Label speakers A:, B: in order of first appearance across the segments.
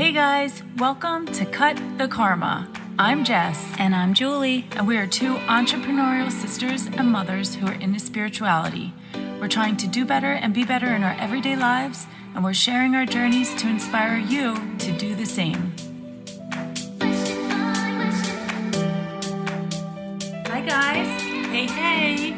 A: Hey guys, welcome to Cut the Karma. I'm Jess.
B: And I'm Julie.
A: And we are two entrepreneurial sisters and mothers who are into spirituality. We're trying to do better and be better in our everyday lives, and we're sharing our journeys to inspire you to do the same. Hi, guys. Hey, hey.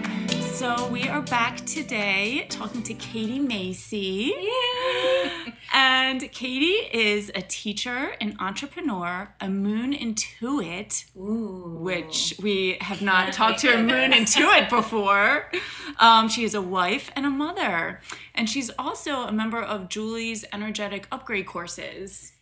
A: So, we are back today talking to Katie Macy. And Katie is a teacher, an entrepreneur, a moon intuit,
B: Ooh.
A: which we have not talked to a moon intuit before. Um, she is a wife and a mother. And she's also a member of Julie's energetic upgrade courses.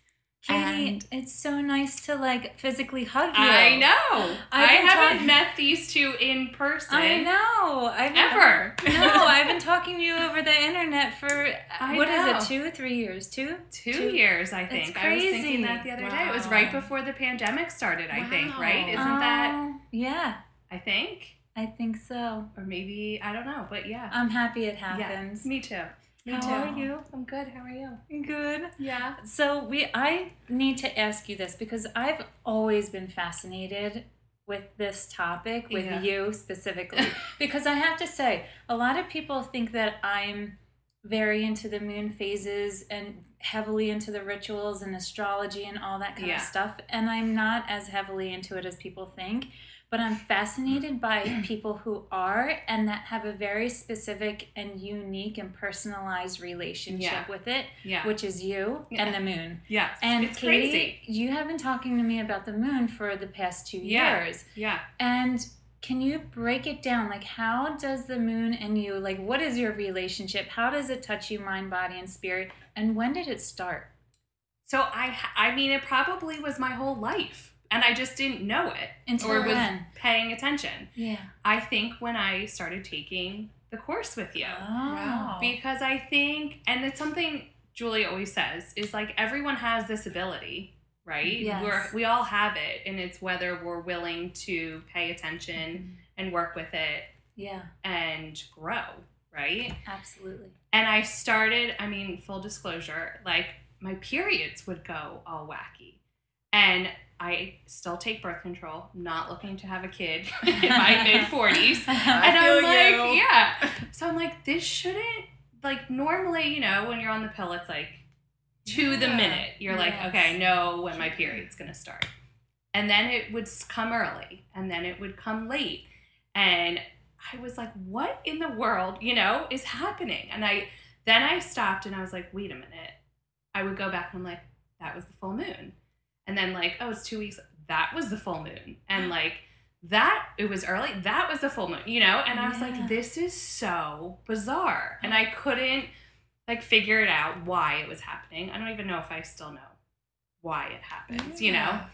B: Katie,
A: And-
B: it's so nice to like physically hug you.
C: I know.
B: I've
C: I
B: been
C: haven't
B: talk-
C: met these two in person.
B: I know. I've been-
C: Ever.
B: no, I've been talking to you over the internet for uh
C: I
B: what is
C: know.
B: it? Two, three years? Two.
C: Two, years, I think. I was
B: crazy.
C: thinking that the other day. It was
A: Wow.
C: right before the pandemic started, I think,
A: Wow.
C: right? Isn't that,
B: Oh, Yeah,
C: I think?
B: I think so.
C: Or maybe, I don't know, but yeah.
B: I'm happy it
C: Yeah.
B: happens.
C: Me too. Me
B: How
C: too.
B: are you?
C: I'm good. How are you?
B: Good.
C: Yeah.
B: So we I need to ask you this because I've always been fascinated with this topic with
C: Yeah.
B: you specifically because I have to say a lot of people think that I'm very into the moon phases and heavily into the rituals and astrology and all that kind
C: Yeah.
B: of stuff and I'm not as heavily into it as people think but I'm fascinated by people who are and that have a very specific and unique and personalized relationship
C: Yeah.
B: with it
C: Yeah.
B: which is you and the moon.
C: yeah.
B: And
C: it's
B: Katie,
C: crazy.
B: you have been talking to me about the moon for the past two
C: Yeah.
B: years.
C: Yeah.
B: And can you break it down? Like, how does the moon and you, like, what is your relationship? How does it touch you, mind, body, and spirit? And when did it start?
C: So I, I mean, it probably was my whole life, and I just didn't know it
B: Until
C: or was
B: when?
C: paying attention.
B: Yeah.
C: I think when I started taking the course with you.
B: Oh.
C: Because I think, and it's something Julie always says, is like everyone has this ability, right?
B: Yes.
C: We're, we all have it, and it's whether we're willing to pay attention and work with it
B: Yeah,
C: and grow, right?
B: absolutely.
C: And I started, I mean, full disclosure, like my periods would go all wacky. And I still take birth control, not looking to have a kid in my mid 40s and
A: I
C: I'm
A: feel
C: like,
A: you.
C: yeah. So I'm like, this shouldn't like normally, you know, when you're on the pill, it's like to the
B: Yeah.
C: minute. You're
B: Yes. Mm-hmm.
C: like, okay, I know when my period's gonna start. And then it would s- come early, and then it would come late, and I was like, what in the world, you know, is happening? And I then I stopped and I was like, wait a minute. I would go back and I'm like, that was the full moon. And then like, oh, it's two weeks. That was the full moon. And like that it was early. That was the full moon, you know? And I was
B: Yeah.
C: like, this is so bizarre. And I couldn't like figure it out why it was happening. I don't even know if I still know why it happens, you know?
B: Yeah.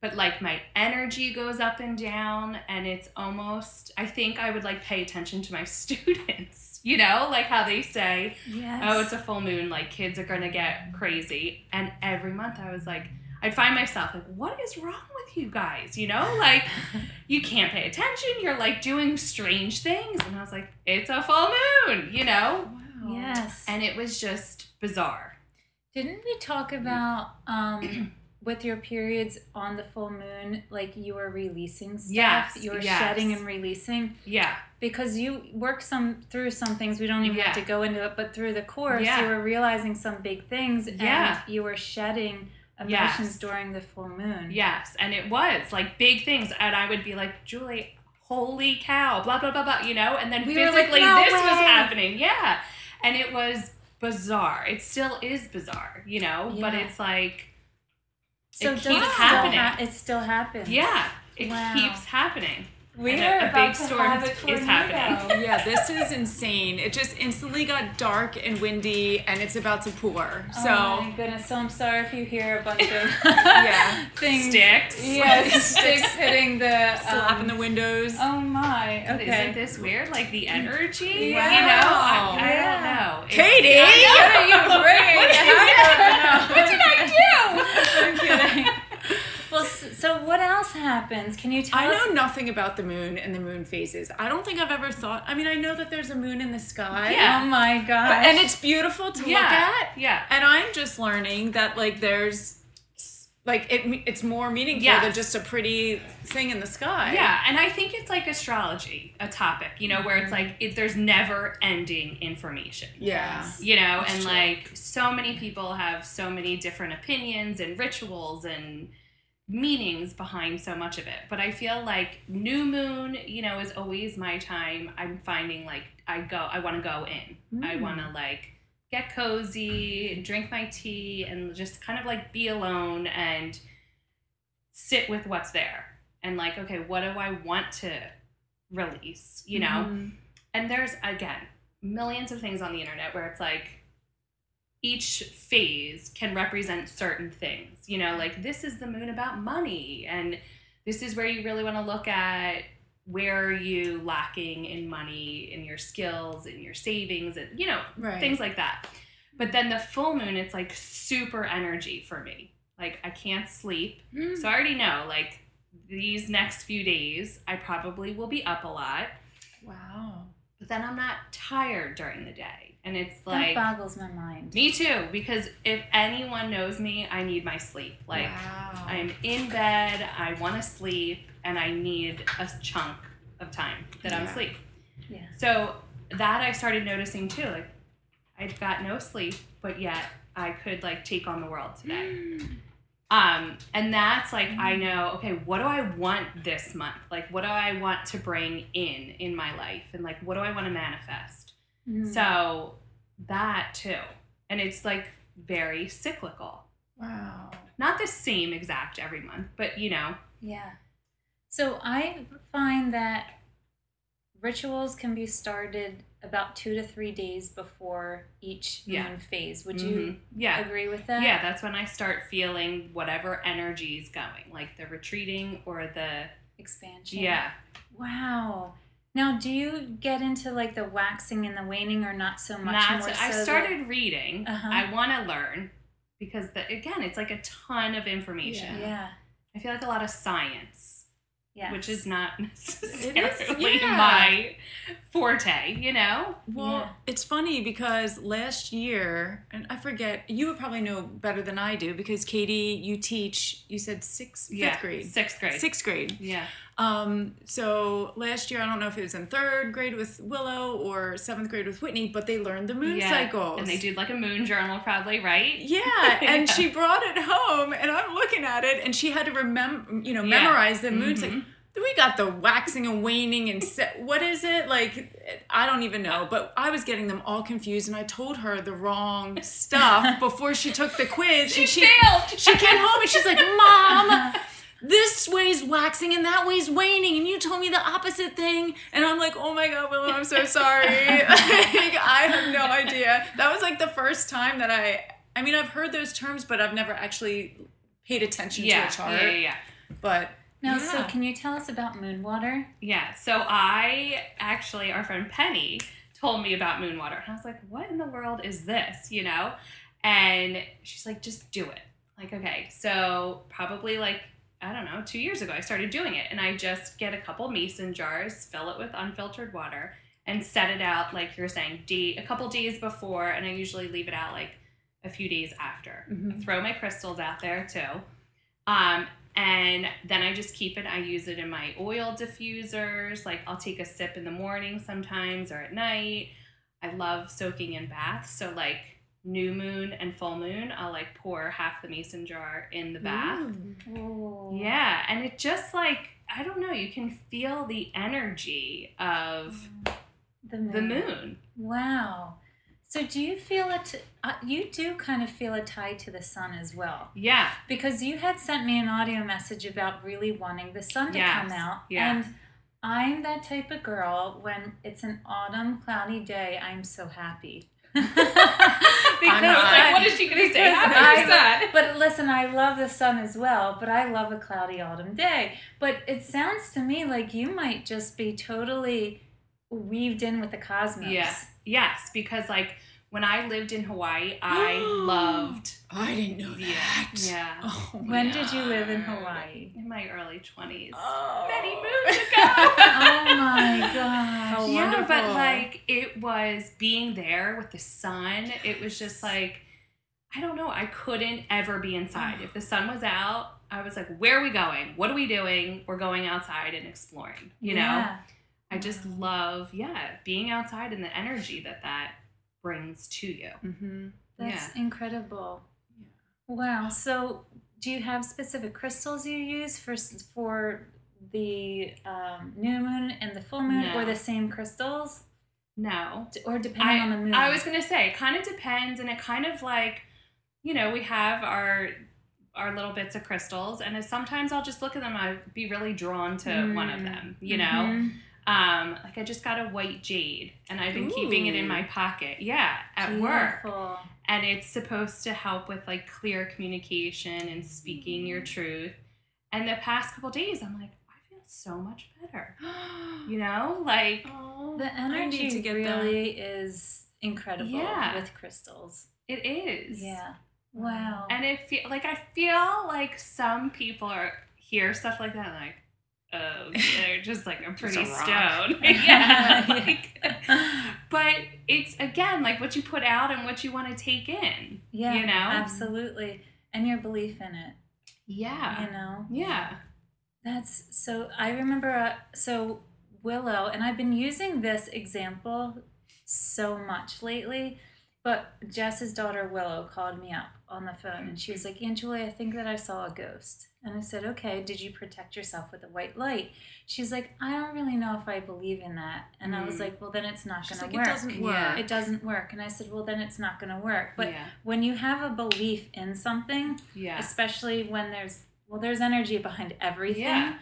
C: But like my energy goes up and down and it's almost I think I would like pay attention to my students, you know, like how they say
B: Yes.
C: oh, it's a full moon, like kids are gonna get crazy. And every month I was like, I'd find myself like, what is wrong with you guys? You know, like you can't pay attention, you're like doing strange things. And I was like, it's a full moon, you know?
B: Yes.
C: And it was just bizarre.
B: Didn't we talk about um with your periods on the full moon, like you were releasing stuff,
C: Yes,
B: you were
C: yes.
B: shedding and releasing
C: Yeah.
B: because you work some through some things we don't even have to
C: Yeah.
B: go into it, but through the course
C: Yeah.
B: you were realizing some big things
C: Yeah.
B: and you were shedding
C: Yes.
B: emotions during the full moon.
C: Yes. And it was like big things. And I would be like, Julie, holy cow, blah, blah, blah, blah, you know? And then
B: We were like,
C: physically
B: "No
C: this was
B: way."
C: happening. Yeah. And it was bizarre. It still is bizarre, you know? But
B: Yeah.
C: it's like,
B: So
C: It keeps
B: does still
C: happening.
B: ha- it still happens.
C: yeah, it
B: Wow.
C: keeps happening.
B: We
C: And
B: are
C: a- a
B: about
C: big
B: to
C: storm
B: have a
C: is
B: tornado.
C: happening.
A: yeah, this is insane. It just instantly got dark and windy, and it's about to pour. So,
B: oh my goodness! So I'm sorry if you hear a bunch of
A: Yeah.
B: things.
C: Sticks.
B: Yes, sticks hitting the um,
A: slapping the windows.
B: Oh my! Okay.
C: Isn't this weird? Like the energy?
A: Wow.
C: You know? I, I
B: Yeah.
C: don't know. It's-
A: Katie!
C: I know.
B: What
C: What did I do?
B: I'm kidding. Well, s- so what else happens? Can you tell
A: I
B: us?
A: know nothing about the moon and the moon phases. I don't think I've ever thought. I mean, I know that there's a moon in the sky.
C: Yeah.
B: Oh my gosh!
A: And it's beautiful to look
C: Yeah.
A: at.
C: Yeah.
A: And I'm just learning that, like, there's like it me- it's more meaningful
C: Yes.
A: than just a pretty thing in the sky.
C: Yeah, and I think it's like astrology, a topic, you know, where it's like it, there's never ending information.
A: Yeah.
C: You know,
A: That's
C: and
A: true.
C: like so many people have so many different opinions and rituals and meanings behind so much of it. But I feel like new moon, you know, is always my time. I'm finding like I go I want to go in. I
B: Mm.
A: Hmm.
C: want to like get cozy, and drink my tea and just kind of like be alone and sit with what's there. And like, okay, what do I want to release, you know?
B: Mm,
C: and there's again millions of things on the internet where it's like each phase can represent certain things you know like this is the moon about money and this is where you really want to look at where are you lacking in money in your skills in your savings and you know
A: Right.
C: things like that but then the full moon it's like super energy for me like i can't sleep so I already know, like, these next few days, I probably will be up a lot,
A: wow.
C: but then I'm not tired during the day. And it's
B: That
C: like,
B: boggles my mind.
C: me too, because if anyone knows me, I need my sleep. Like,
A: wow.
C: I'm in bed, I want to sleep, and I need a chunk of time that I'm
A: Yeah.
C: asleep.
B: Yeah.
C: So that I started noticing too. Like, I've got no sleep, but yet I could, like, take on the world today. Um, and that's like I know, okay, what do I want this month? Like what do I want to bring in in my life and like what do I want to manifest?
B: Mm.
C: So that too. And it's like very cyclical.
A: wow.
C: Not the same exact every month, but you know,
B: Yeah. So I find that rituals can be started about two to three days before each
C: Yeah.
B: moon phase. Would
C: mhm.
B: you
C: yeah.
B: agree with that?
C: Yeah, that's when I start feeling whatever energy is going, like the retreating or the
B: Expansion.
C: yeah.
B: Wow. Now, do you get into like the waxing and the waning, or not so much?
C: Not
B: more
C: so- I
B: so that-
C: started reading.
B: Uh-huh.
C: I want to learn because the, again, it's like a ton of information.
A: Yeah.
B: yeah.
C: I feel like a lot of science,
B: Yeah.
C: which is not
A: is,
C: necessarily
A: yeah.
C: my forte, you know?
A: Well,
B: Yeah.
A: it's funny because last year, and I forget, you would probably know better than I do because Katie, you teach, you said sixth, fifth
C: yeah.
A: grade.
C: Sixth grade.
A: Sixth grade.
C: Yeah.
A: Um, so last year, I don't know if it was in third grade with Willow or seventh grade with Whitney, but they learned the moon
C: yeah.
A: cycles.
C: And they do like a moon journal, probably, right?
A: Yeah, and
C: Yeah.
A: she brought it home, and I'm looking at it, and she had to remember, you know,
C: Yeah.
A: memorize the moon. cycle.
C: Mhm.
A: we got the waxing and waning and set. What is it like? I don't even know, but I was getting them all confused, and I told her the wrong stuff before she took the quiz,
C: She,
A: and she
C: failed.
A: she came home and she's like, "Mom." This way's waxing and that way's waning, and you told me the opposite thing. And I'm like, oh my god, Willow, I'm so sorry. like, I have no idea. That was like the first time that I. I mean, I've heard those terms, but I've never actually paid attention
C: yeah,
A: to a chart.
C: yeah, yeah, yeah.
A: But
B: Now, so
A: Yeah.
B: can you tell us about moon water?
C: Yeah. So I actually, our friend Penny told me about moon water, and I was like, "What in the world is this?" You know, and she's like, "Just do it." Like, okay, so probably like I don't know, two years ago, I started doing it, and I just get a couple mason jars, fill it with unfiltered water, and set it out like you're saying, day a couple days before, and I usually leave it out like a few days after. I throw my crystals out there too. Um, and then I just keep it. I use it in my oil diffusers. Like I'll take a sip in the morning sometimes or at night. I love soaking in baths. So like new moon and full moon, I'll like pour half the mason jar in the bath.
A: Ooh.
B: Oh.
C: Yeah, and it just like I don't know, you can feel the energy of
B: The moon.
C: the moon.
B: Wow. So do you feel it? Uh, you do kind of feel a tie to the sun as well,
C: Yeah.
B: because you had sent me an audio message about really wanting the sun to
C: Yes,
B: come out,
C: yeah.
B: and I'm that type of girl. When it's an autumn cloudy day, I'm so happy. because
A: not.
B: I-
C: like, what is she gonna say?
B: because
C: Happy
B: I-
C: or sad?
B: but listen, I love the sun as well, but I love a cloudy autumn day. But it sounds to me like you might just be totally weaved in with the cosmos.
C: Yeah. Yes, because like when I lived in Hawaii, I loved
A: I didn't know
C: Yeah.
A: that.
C: Yeah.
A: Oh my
B: When did you live in
A: God.
B: Hawaii?
C: in my early 20s.
A: Oh.
C: Many moons ago.
B: Oh my gosh.
A: How
C: yeah, but
A: wonderful.
C: like it was being there with the sun. It was just like I don't know. I couldn't ever be inside.
A: Oh.
C: If the sun was out, I was like, where are we going? What are we doing? We're going outside and exploring, you know?
B: Yeah.
C: I just
A: Mm-hmm.
C: love, yeah, being outside and the energy that that brings to you.
A: Mm-hmm.
B: That's incredible.
A: Yeah.
B: Wow. So, do you have specific crystals you use for s- for the um, new moon and the full moon, or
C: No.
B: the same crystals,
C: No.
B: D- or depending on the moon?
C: I was gonna say, it kind of depends, and it kind of like, you know, we have our our little bits of crystals, and if sometimes I'll just look at them. I'd be really drawn to one of
B: Mm.
C: them, you know.
B: Mhm.
C: Um, like I just got a white jade, and I've been keeping it in
A: Ooh.
C: my pocket. Yeah, at work,
B: Beautiful.
C: and it's supposed to help with like clear communication and speaking your
B: Mm.
C: truth. And the past couple days, I'm like, I feel so much better. You know, like
A: oh,
B: The
A: I
B: energy
A: need to get that.
B: really is incredible
C: Yeah.
B: with crystals.
C: it is.
B: Yeah. Wow.
C: And it feel like I feel like some people are hear stuff like that and like, oh, they're just like a pretty
A: rock.
C: stone. yeah. Like, but it's again like what you put out and what you want to take in.
B: yeah.
C: you know?
B: Absolutely. And your belief in it.
C: Yeah.
B: You know.
C: Yeah.
B: That's so. I remember. Uh, so Willow and I've been using this example so much lately. But Jess's daughter Willow called me up on the phone and she was like, Aunt Julie, I think that I saw a ghost. And I said, Okay, did you protect yourself with a white light? She's like, I don't really know if I believe in that. And I was
C: Mm.
B: like, Well, then it's not
A: She's like,
B: going to work.
A: it doesn't work.
C: Yeah.
B: It doesn't work. And I said, Well, then it's not going to work. But
C: yeah.
B: when you have a belief in something,
C: Yeah.
B: especially when there's well there's energy behind everything
C: Yeah.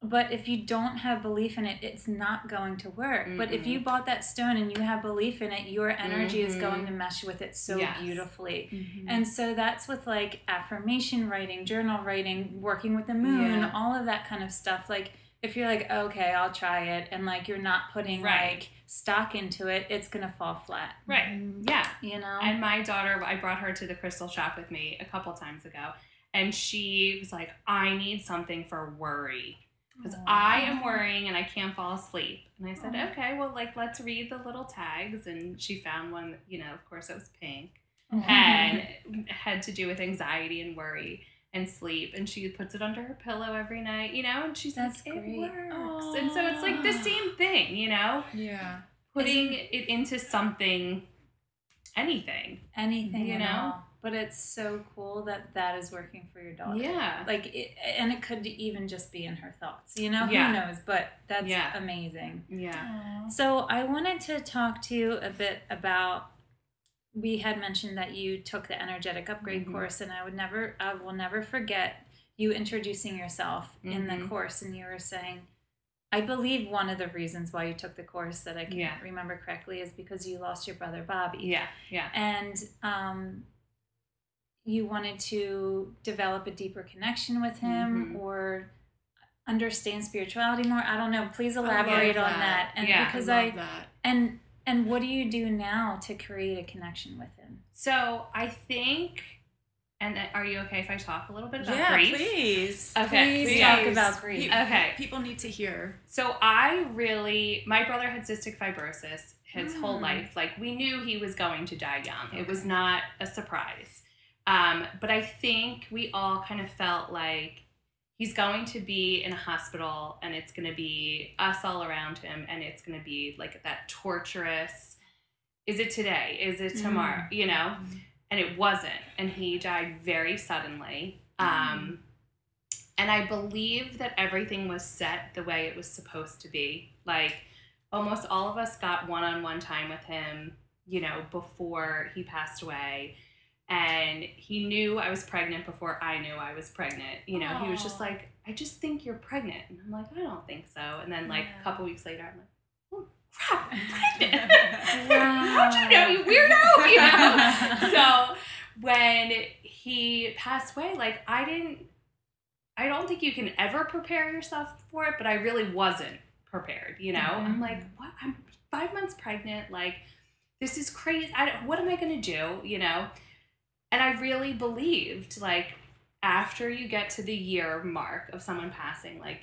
B: but if you don't have belief in it it's not going to work but if
C: Mm-mm.
B: you bought that stone and you have belief in it your energy is
C: Mhm.
B: going to mesh with it so
C: Yes.
B: beautifully
C: Mm-hmm.
A: Mhm.
B: and so that's with like affirmation writing journal writing working with the moon
C: Yeah.
B: all of that kind of stuff like if you're like okay i'll try it and like you're not putting
C: Right.
B: like stock into it it's gonna fall flat
C: Right. Yeah.
B: you know
C: And my daughter, I brought her to the crystal shop with me a couple times ago, and she was like, I need something for worry. Because I am worrying and I can't fall asleep. And I said,
B: Aw.
C: okay, well, like, let's read the little tags. And she found one, you know, of course, it was pink
B: Aw.
C: and it had to do with anxiety and worry and sleep. And she puts it under her pillow every night, you know, and she's
B: That's
C: like,
B: great.
C: it works. And so it's like the
A: Aw.
C: same thing, you know,
A: Yeah.
C: putting it into something, anything.
B: anything
C: You
B: you know
C: know?
B: but it's so cool that that is working for your daughter
C: Yeah.
B: like it, and it could even just be in her thoughts you know
C: Yeah.
B: who knows but that's
C: Yeah.
B: amazing
C: Yeah.
B: so i wanted to talk to you a bit about we had mentioned that you took the energetic upgrade
C: Mhm.
B: course and i would never i will never forget you introducing yourself in the
C: Mhm.
B: course and you were saying i believe one of the reasons why you took the course that i can
C: Yeah.
B: remember correctly is because you lost your brother bobby
C: Yeah. Yeah.
B: and um, you wanted to develop a deeper connection with him
C: Mhm.
B: or understand spirituality more. I don't know. Please elaborate on
A: that.
B: that. And
C: Yeah, I
B: because I,
A: love that.
B: and and what do you do now to create a connection with him?
C: So I think, and uh, are you okay if I talk a little bit about
A: Yeah,
C: grief?
A: please.
C: Okay.
B: Please
C: so-
B: talk about grief.
A: Pe-
C: Okay.
A: People need to hear.
C: So I really, my brother had cystic fibrosis his whole
B: Mm.
C: life. Like we knew he was going to die young. It was not a surprise. Um, but I think we all kind of felt like he's going to be in a hospital and it's going to be us all around him and it's going to be like that torturous is it today? Is it tomorrow? You know? and it wasn't and he died very suddenly um, and i believe that everything was set the way it was supposed to be like almost all of us got one-on-one time with him you know before he passed away and he knew i was pregnant before i knew i was pregnant you know he was just
B: Aw.
C: like i just think you're pregnant and i'm like i don't think so and then like
B: Yeah.
C: a couple weeks later i'm like oh crap i'm pregnant
A: Wow.
C: how'd you know you weirdo you know so when he passed away, like I didn't, I don't think you can ever prepare yourself for it, but I really wasn't prepared. You know, I'm
B: Mhm.
C: like, what? I'm five months pregnant. Like, this is crazy. I don't, what am I gonna do? You know, and I really believed like after you get to the year mark of someone passing, like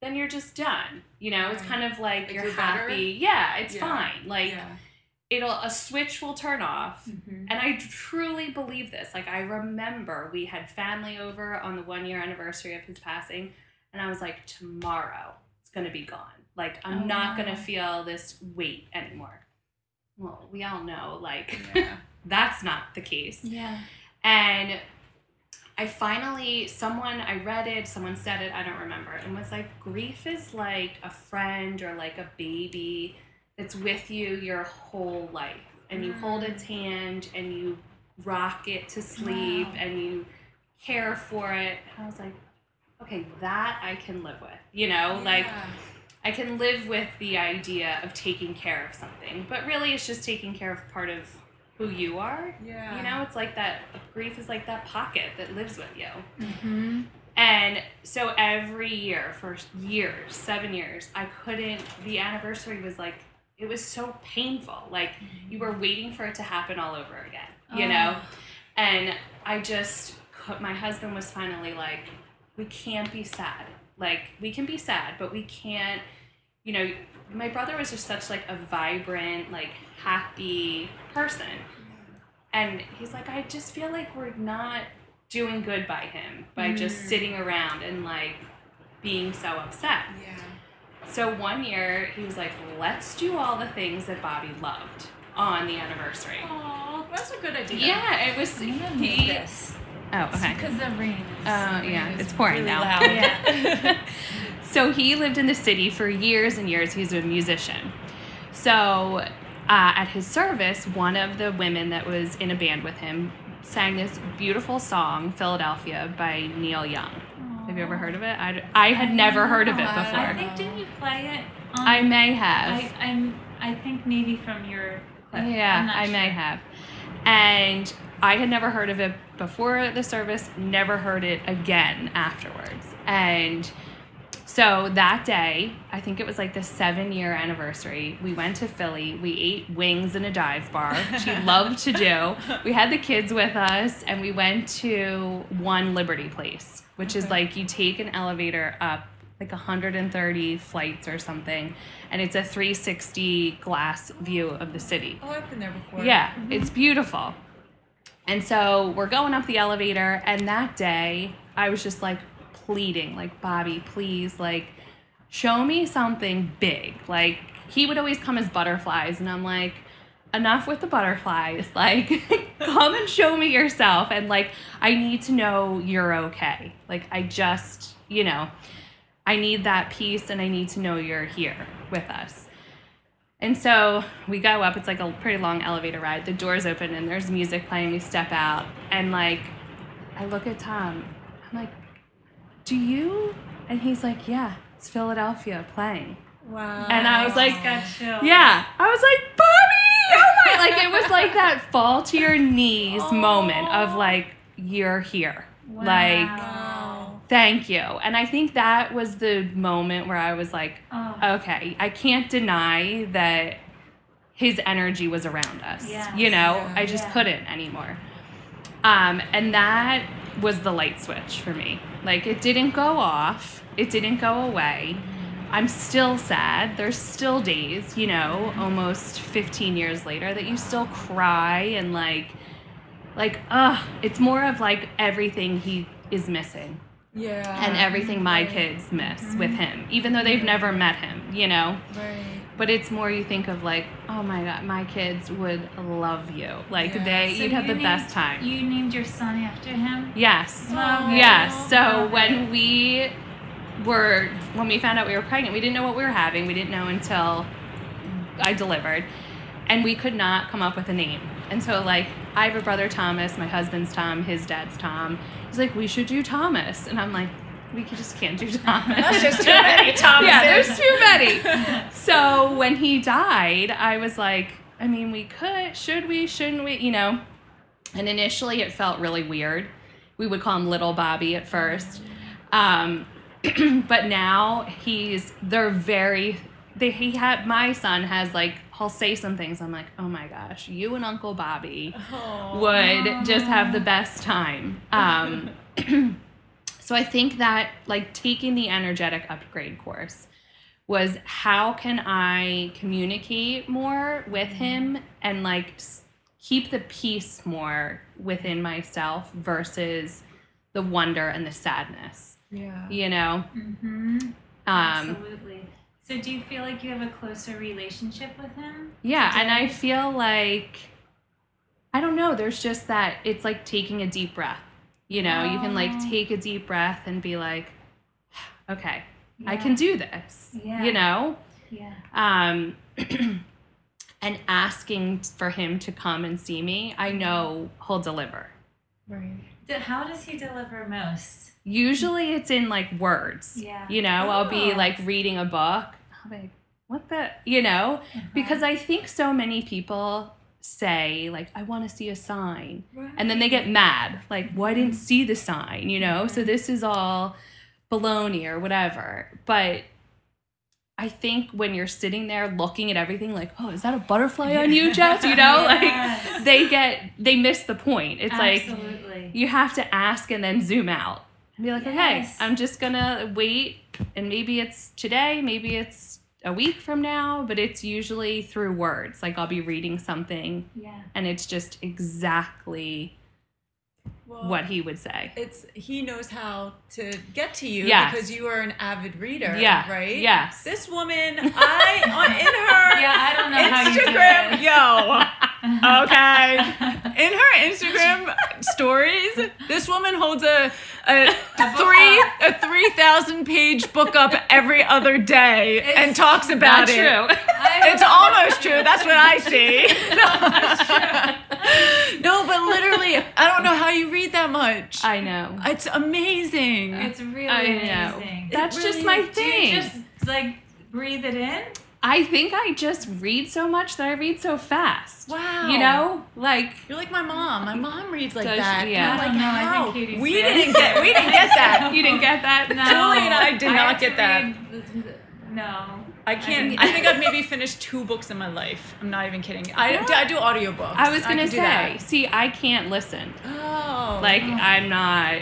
C: then you're just done. You know, it's
A: Right.
C: kind of like
A: If
C: you're
A: you're better?
C: happy. Yeah, it's
A: Yeah.
C: fine. Like
A: yeah.
C: it'll a switch will turn off
B: Mhm.
C: and I truly believe this. Like, I remember we had family over on the one year anniversary of his passing, and I was like, tomorrow it's going to be gone. Like, I'm
B: Oh,
C: not going
B: wow.
C: to feel this weight anymore. Well, we all know, like,
A: Yeah.
C: that's not the case.
B: Yeah.
C: And I finally, someone, I read it, someone said it, I don't remember, and was like, grief is like a friend or like a baby that's with you your whole life. And you hold its hand and you rock it to sleep
B: Wow.
C: and you care for it. And I was like, okay, that I can live with, you
A: Oh,
C: know? Like, I can live with the idea of taking care of something, but really it's just taking care of part of who you are
A: yeah.
C: you know, it's like that grief is like that pocket that lives with you.
B: Mm-hmm.
C: And so every year for years, seven years, I couldn't, the anniversary was like, it was so painful. Like you were waiting for it to happen all over again, you know? And I just, cou- my husband was finally like, we can't be sad. Like we can be sad, but we can't, you know, my brother was just such like a vibrant, like happy person. And he's like, I just feel like we're not doing good by him by just
B: Mm.
C: sitting around and like being so upset.
A: Yeah.
C: So one year he was like, let's do all the things that Bobby loved on the anniversary.
A: Oh, that's a good idea.
C: Yeah, it was.
B: I'm gonna
C: he-
B: need this
C: Oh,
B: because the rain is.
C: yeah, it's pouring
A: really
C: now.
A: loud.
C: Yeah. so he lived in the city for years and years. He's a musician. So uh, at his service, one of the women that was in a band with him sang this beautiful song, Philadelphia, by Neil Young. Have you ever heard of it? I, I had never heard of it
A: No, I
C: before.
B: I
C: I,
B: think didn't you play it? On,
C: may have.
B: I I'm I think maybe from your clip. I'm
C: Yeah,
B: not
C: I may
B: sure.
C: have. And I had never heard of it before the service, never heard it again afterwards. And so that day, I think it was like the seven year anniversary, we went to Philly. We ate wings in a dive bar, which we loved to do. We had the kids with us, and we went to One Liberty Place, which is
A: Okay.
C: like you take an elevator up like 130 flights or something, and it's a 360 glass view of the city.
A: Oh, I've been there before.
C: Yeah, it's beautiful. And so we're going up the elevator, and that day I was just like pleading, like, Bobby, please, like, show me something big. Like, he would always come as butterflies, and I'm like, enough with the butterflies. Like, come and show me yourself. And like, I need to know you're okay. Like, I just, you know, I need that peace, and I need to know you're here with us. And so we go up. It's like a pretty long elevator ride. The doors open and there's music playing. We step out and like, I look at Tom. I'm like, "Do you?" And he's like, "Yeah, it's Philadelphia playing."
A: Wow.
C: And I was like,
B: Got chills.
C: Yeah, I was like, "Bobby!" Oh my! Like it was like that fall to your knees moment of
A: Aw.
C: like, "You're here."
B: Wow.
C: Like,
A: Wow.
C: thank you. And I think that was the moment where I was like,
B: Oh.
C: okay, I can't deny that his energy was around us.
B: Yes.
C: You know,
A: Yeah.
C: I just
B: Yeah.
C: couldn't anymore. Um, and that was the light switch for me. Like, it didn't go off, it didn't go away. I'm still sad. There's still days, you know, almost 15 years later, that you still cry and like, like, ugh, it's more of like everything he is missing
A: Yeah.
D: Um,
C: and everything my
A: Right.
C: kids miss with him, even though they've never met him, you know?
A: Right.
C: But it's more you think of like, oh my god, my kids would love you. Like
A: Yeah.
C: they,
B: So
C: you'd have
B: you
C: the best
B: named-
C: time.
B: You named your son after him.
C: yes,
B: Love it.
C: yes. So
B: Love
C: when we were, when we found out we were pregnant, we didn't know what we were having. We didn't know until I delivered, and we could not come up with a name. And so like, I have a brother Thomas. My husband's Tom. His dad's Tom. He's like, we should do Thomas, and I'm like. We could- just can't do Thomas.
A: That's just too many Thomases.
C: Yeah, there's too many so when he died, I was like, I mean, we could, should we, shouldn't we, you know? And initially it felt really weird. We would call him Little Bobby at first. Um, but now he's, they're very, they, he had, my son has like, he'll say some things. I'm like, oh my gosh, you and Uncle Bobby
A: Oh.
C: would just have the best time. Um, so I think that like taking the energetic upgrade course was how can I communicate more with him and like s- keep the peace more within myself versus the wonder and the sadness,
D: Yeah.
C: you know?
B: Mm-hmm.
C: Um,
B: Absolutely. So, do you feel like you have a closer relationship with him?
C: yeah, and I feel like, I don't know, there's just that it's like taking a deep breath, you know? You can like
B: Oh.
C: take a deep breath and be like, okay, I can do this,
B: Yeah.
C: you know?
B: Yeah.
C: um, and asking for him to come and see me, I know he'll deliver.
D: Right.
B: D- How does he deliver most?
C: Usually it's in like words.
B: Yeah.
C: You know, I'll be
B: Oh.
C: like reading a book. I'll be like, what the, you know,
B: Uh-huh.
C: because I think so many people say, like, I want to see a sign. And then they get mad, like, well, I didn't
B: Mm-hmm.
C: see the sign, you know? So this is all baloney or whatever. But I think when you're sitting there looking at everything, like, oh, is that a butterfly on you, Jess? You know,
B: Yes.
C: like they get, they miss the point. It's like
B: absolutely.
C: you have to ask and then zoom out and be like,
B: Yes.
C: okay, I'm just gonna wait. And maybe it's today, maybe it's a week from now, but it's usually through words. Like I'll be reading something
B: yeah.
C: and it's just exactly
D: Well,
C: what he would say.
D: It's he knows how to get to you
C: Yes.
D: because you are an avid reader.
C: Yeah.
D: Right.
C: Yes.
D: This woman, I on in her
B: Yeah, I don't know how you do
D: Instagram,
B: it.
D: yo. Okay. In her Instagram stories, this woman holds a a three a three thousand page book up every other day and
B: It's
D: talks
C: Not
D: about it.
C: true.
B: I
D: It's almost true. That's what I see. no, but literally, I don't know how you read that much.
C: I know.
D: It's amazing.
B: It's really
C: I know.
B: amazing.
C: That's
D: It
C: just my
D: really- do you
B: Do
C: thing.
B: you just like breathe it in?
C: I think I just read so much that I read so fast.
D: Wow.
C: You know, like
D: You're like my mom. My mom reads like
C: Does-
D: that.
C: yeah.
D: And
B: I
D: I'm like,
B: don't know. I
D: how?
B: think Katie's
D: we
B: good.
D: didn't get we didn't get that.
C: you didn't get that.
B: No.
D: Julie and I did not
B: have to
D: get that.
B: read- No.
D: I can't.
B: didn't
D: I
B: get
D: think I've maybe finished two books in my life. I'm not even kidding. I, I do audiobooks.
C: I was gonna
D: can do
C: say,
D: that.
C: see, I can't listen.
D: Oh,
C: Like I'm not.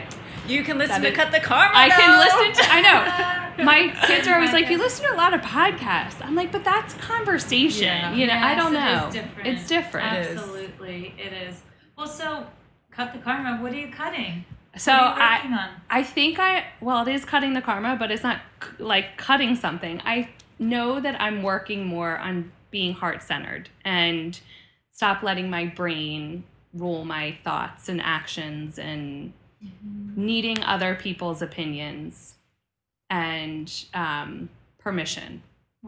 D: you can listen
C: that
D: to
C: is-
D: Cut the Karma.
C: I can
D: though.
C: listen to. I know. My kids are always like, you listen to a lot of podcasts. I'm like, but that's conversation.
D: Yeah.
C: You know, I
B: Yes,
C: don't
B: it is
C: know.
B: different.
C: It's different.
D: It is.
B: Absolutely, it is. Well, so cut the karma. What are you cutting?
C: So
B: what are you
C: I,
B: working on?
C: I think I well, it is cutting the karma, but it's not c- like cutting something. I know that I'm working more on being heart centered and stop letting my brain rule my thoughts and actions and needing other people's opinions and um, permission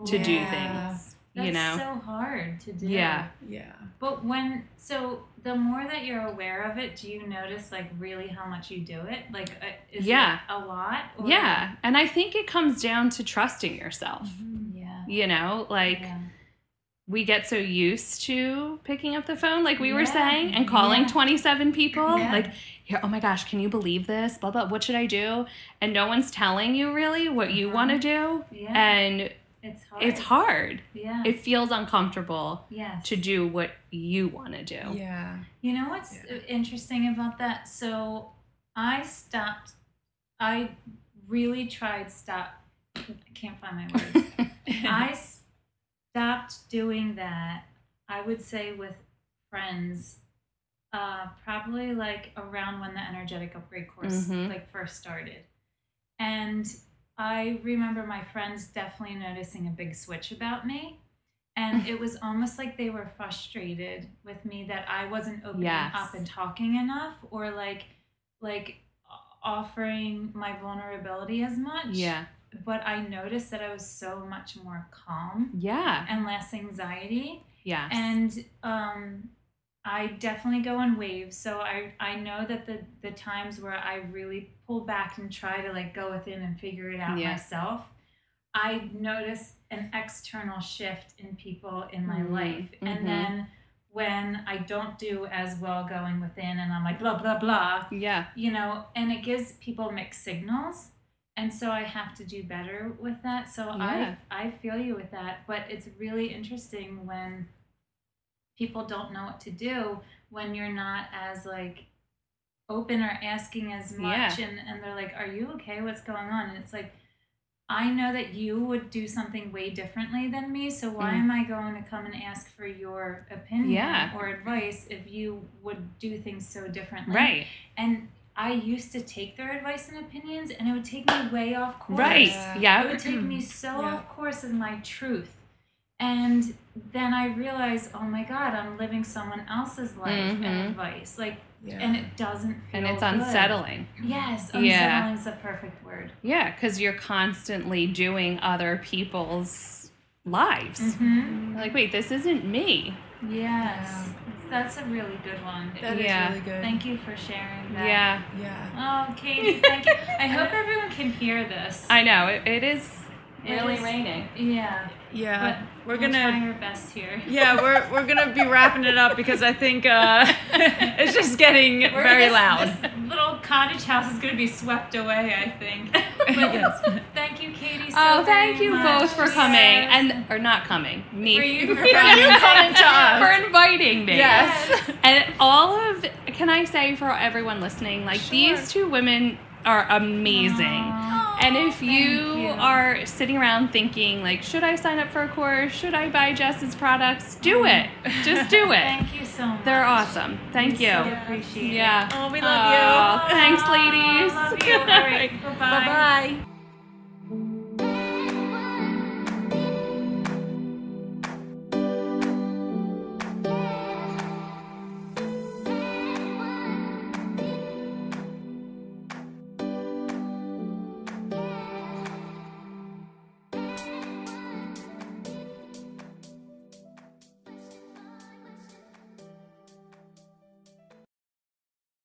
C: to do
D: Yeah.
C: things.
B: That's
C: you know,
B: so hard to do.
C: Yeah.
D: Yeah.
B: But when so the more that you're aware of it, do you notice like really how much you do it? Like uh, is
C: Yeah.
B: it a lot? Or-
C: yeah, and I think it comes down to trusting yourself.
B: Yeah.
C: You know, like.
B: Mm-hmm. yeah.
C: we get so used to picking up the phone, like we were
B: Yeah.
C: saying, and calling
B: Yeah.
C: 27 people.
B: Yeah.
C: Like, here, oh my gosh, can you believe this? Blah, blah, what should I do? And no one's telling you really what you
B: Uh-huh.
C: want to do.
B: Yeah.
C: And
B: it's hard.
C: it's hard.
B: Yeah.
C: It feels uncomfortable
B: yes.
C: to do what you want to
B: Oh.
C: do.
D: Yeah.
B: You know what's uh,
D: Yeah.
B: interesting about that? So I stopped. I really tried stop. I can't find my words. I stopped doing that. I would say with friends, uh, probably like around when the energetic upgrade course
C: Mhm.
B: like first started, and I remember my friends definitely noticing a big switch about me. And it was almost like they were frustrated with me that I wasn't opening
C: Yes.
B: up and talking enough, or like, like o- offering my vulnerability as much
C: yeah.
B: but I noticed that I was so much more calm
C: Yeah.
B: and less anxiety.
C: Yes.
B: And um, I definitely go in waves. So I, I know that the, the times where I really pull back and try to like go within and figure it out
C: Yeah.
B: myself, I notice an external shift in people in my
C: Mm,
B: life. And
C: mhm.
B: then when I don't do as well going within and I'm like, blah, blah, blah,
C: yeah.
B: you know, and it gives people mixed signals. And so I have to do better with that. So
C: Yeah.
B: I I feel you with that, but it's really interesting when people don't know what to do when you're not as like open or asking as much and, and they're like, Are you okay? What's going on? And it's like I know that you would do something way differently than me, so why am I going to come and ask for your opinion
C: Yeah.
B: or advice if you would do things so differently?
C: Right.
B: And I used to take their advice and opinions, and it would take me way off course.
C: Right. Mm-hmm.
E: Yeah.
B: It
C: Yeah.
B: would take me so
D: Yeah.
B: off course in my truth. And then I realized, oh my God, I'm living someone else's life
C: Mhm.
B: and advice. Like,
D: Yeah.
B: and it doesn't feel
C: And it's
B: good.
C: unsettling.
B: Yes, unsettling
C: Yeah.
B: is the perfect word.
C: Yeah, because you're constantly doing other people's lives.
B: hmm
D: Mm-hmm.
C: Like, wait, this isn't me.
B: Yes, that's a really good one.
C: That is Yeah.
D: really good.
B: Thank you for sharing that.
C: Yeah,
D: Yeah.
B: Oh, Katie, thank you. I hope everyone can hear this.
C: I know. It, it is
B: Really
C: raining.
B: yeah,
D: Yeah.
B: but
C: We're
B: we're
C: gonna.
B: trying our best here.
C: Yeah, we're we're gonna be wrapping it up because I think uh, it's just getting
B: We're-
C: very
B: this-
C: loud.
B: This little cottage house is gonna be swept away, I think. But thank you, Katie. So
C: Oh,
B: very
C: thank you
B: much.
C: both for coming
B: Yes.
C: and or not coming. Me
B: For you- for
C: you coming to us for inviting me.
D: Yes.
C: And all of can I say for everyone listening, like
D: Sure.
C: these two women are amazing.
B: Aw.
C: And if you,
B: you.
C: are sitting around thinking like, should I sign up for a course? Should I buy Jess's products? Do it. Just do it.
B: Mm. Thank you so much.
C: They're awesome. Thank
B: We
C: you.
B: so appreciate it.
C: Yeah.
D: Oh, we
C: Aw,
D: love
C: Thanks,
B: Aw,
C: ladies.
B: Love you. All right.
D: you. Bye bye.